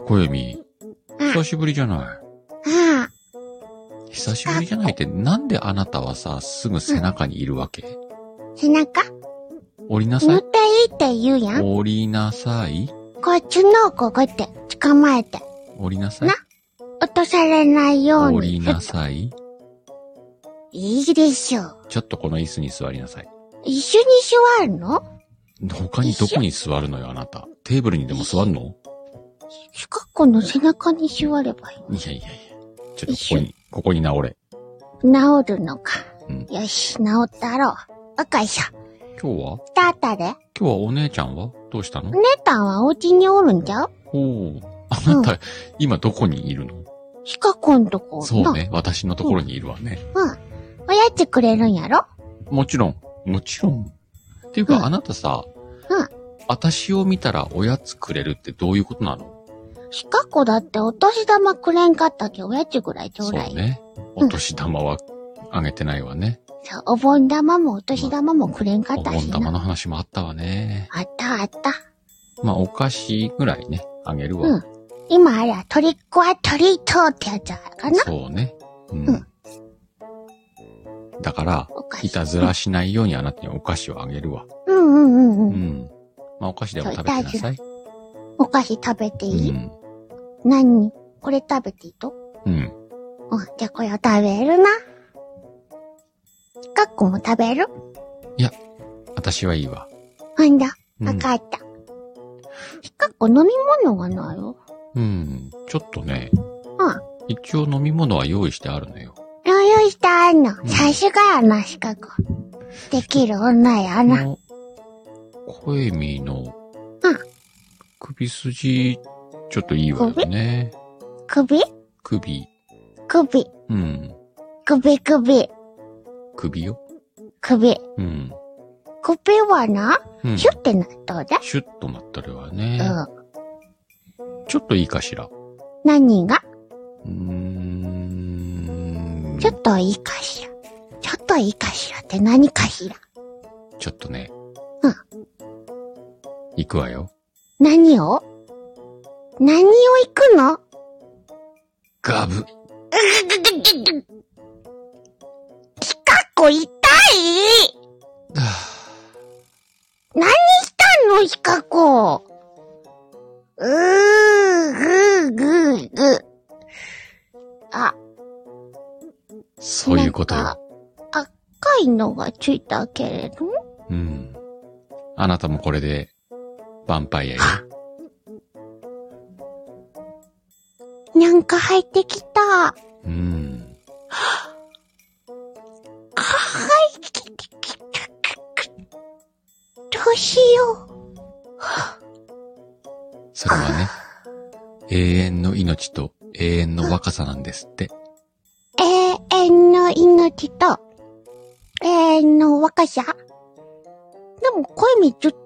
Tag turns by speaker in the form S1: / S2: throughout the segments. S1: 小指、
S2: うん
S1: 久しぶりじゃな
S2: ああ、
S1: い。久しぶりじゃないって、なんであなたはさ、すぐ背中にいるわけ
S2: 背中
S1: 降りなさ
S2: 重
S1: い。
S2: たいって言うやん。
S1: 降りなさい。
S2: こっちの子こうやって捕まえて、
S1: 降りなさい
S2: な。落とされないように。
S1: 降りなさい。
S2: いいでしょう。
S1: ちょっとこの椅子に座りなさい。
S2: 一緒に座るの
S1: 他にどこに座るのよ、あなた。テーブルにでも座るの
S2: 近くの背中に座ればい
S1: いやいやいや。ちょっとここに、ここに直れ。
S2: い。治るのか。
S1: うん
S2: よし、治ったろう。よいしょ。
S1: 今日は
S2: スタータで。
S1: 今日はお姉ちゃんはどうしたの
S2: お姉たんはお家におるんじゃう
S1: おお。あなた、今どこにいるの
S2: 近くんとこ。
S1: そう。ね。私のところにいるわね。
S2: うん。おやつくれるんやろ
S1: もちろん。もちろん。っていうか、
S2: うん
S1: あなたさ、
S2: うん
S1: 私を見たらおやつくれるってどういうことなの
S2: 近くだってお年玉くれんかったけおやつぐらいちょ
S1: そうう
S2: だい。
S1: ね。お年玉はあげてないわね。
S2: そう、お盆玉もお年玉もくれんかっ
S1: お
S2: た
S1: 盆
S2: しな。
S1: 玉の話もあったわね。
S2: あったあった。
S1: まあ、お菓子ぐらいね、あげるわ。
S2: うん今あれはトリックはトリートってやつかな
S1: そうね。うん。
S2: うん
S1: だから、
S2: お菓
S1: いたずらしないようにあなたにお菓子をあげるわ。
S2: うんうんうん
S1: う
S2: うん。
S1: ん。まあ、お菓子でも食べてなさい。
S2: お菓子食べて
S1: う
S2: いい、
S1: ん。
S2: 何これ食べていいと
S1: うん。
S2: うん、じゃあこれを食べるな。かっこも食べる
S1: 私はいいわ。
S2: なんだ、
S1: うん
S2: わかった。かっこ飲み物がないよ。
S1: うん。ちょっとね。
S2: うん
S1: 一応飲み物は用意してあるのよ。
S2: 用意してあんの
S1: う。ん
S2: さすがやな、しかこ。できる女や
S1: こ
S2: な。
S1: の、コエミの
S2: うん、
S1: 首筋、ちょっといいわよね。
S2: 首
S1: 首。
S2: 首。
S1: うん。
S2: 首首。
S1: 首よ。
S2: 首。
S1: うん。
S2: 首はな、
S1: うん。
S2: シュッてなっとうだ。
S1: シュッとなったるわね。
S2: うん。
S1: ちょっといいかしら。
S2: 何が
S1: うーん。
S2: ちょっといいかしら。ちょっといいかしらって何かしら。
S1: ちょっとね。
S2: うん。
S1: 行くわよ。
S2: 何を何を行くの
S1: ガブ。
S2: ひかっこ痛い
S1: は
S2: 何したのひかこうー、ぐー、ぐー、ぐー。あ、
S1: ぁそういうこと
S2: なんか
S1: よ。
S2: 赤いのがついたけれど。
S1: うん。あなたもこれで、ヴァンパイアよ。
S2: なんか入ってきた。
S1: うん。
S2: 入ってきた。どうしよう。
S1: それはね、永遠の命と永遠の若さなんですって。
S2: 永遠の命と、永遠の若さ。でも、恋みずっと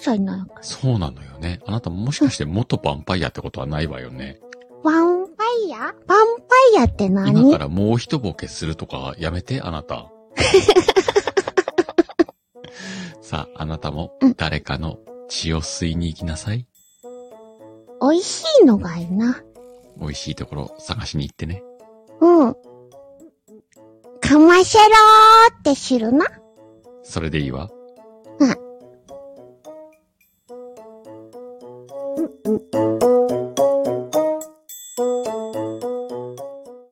S2: 3歳なのか。
S1: そうなのよね。あなたもしかして元ヴァンパイアってことはないわよね。
S2: ワンパイアワンパイアって何
S1: 今からもう一ボケするとかやめて、あなた。さあ、あなたも誰かの血を吸いに行きなさい。
S2: 美味しいのがいいな。
S1: 美味しいところ探しに行ってね。
S2: うん。かませろーって知るな。
S1: それでいいわ。
S2: うん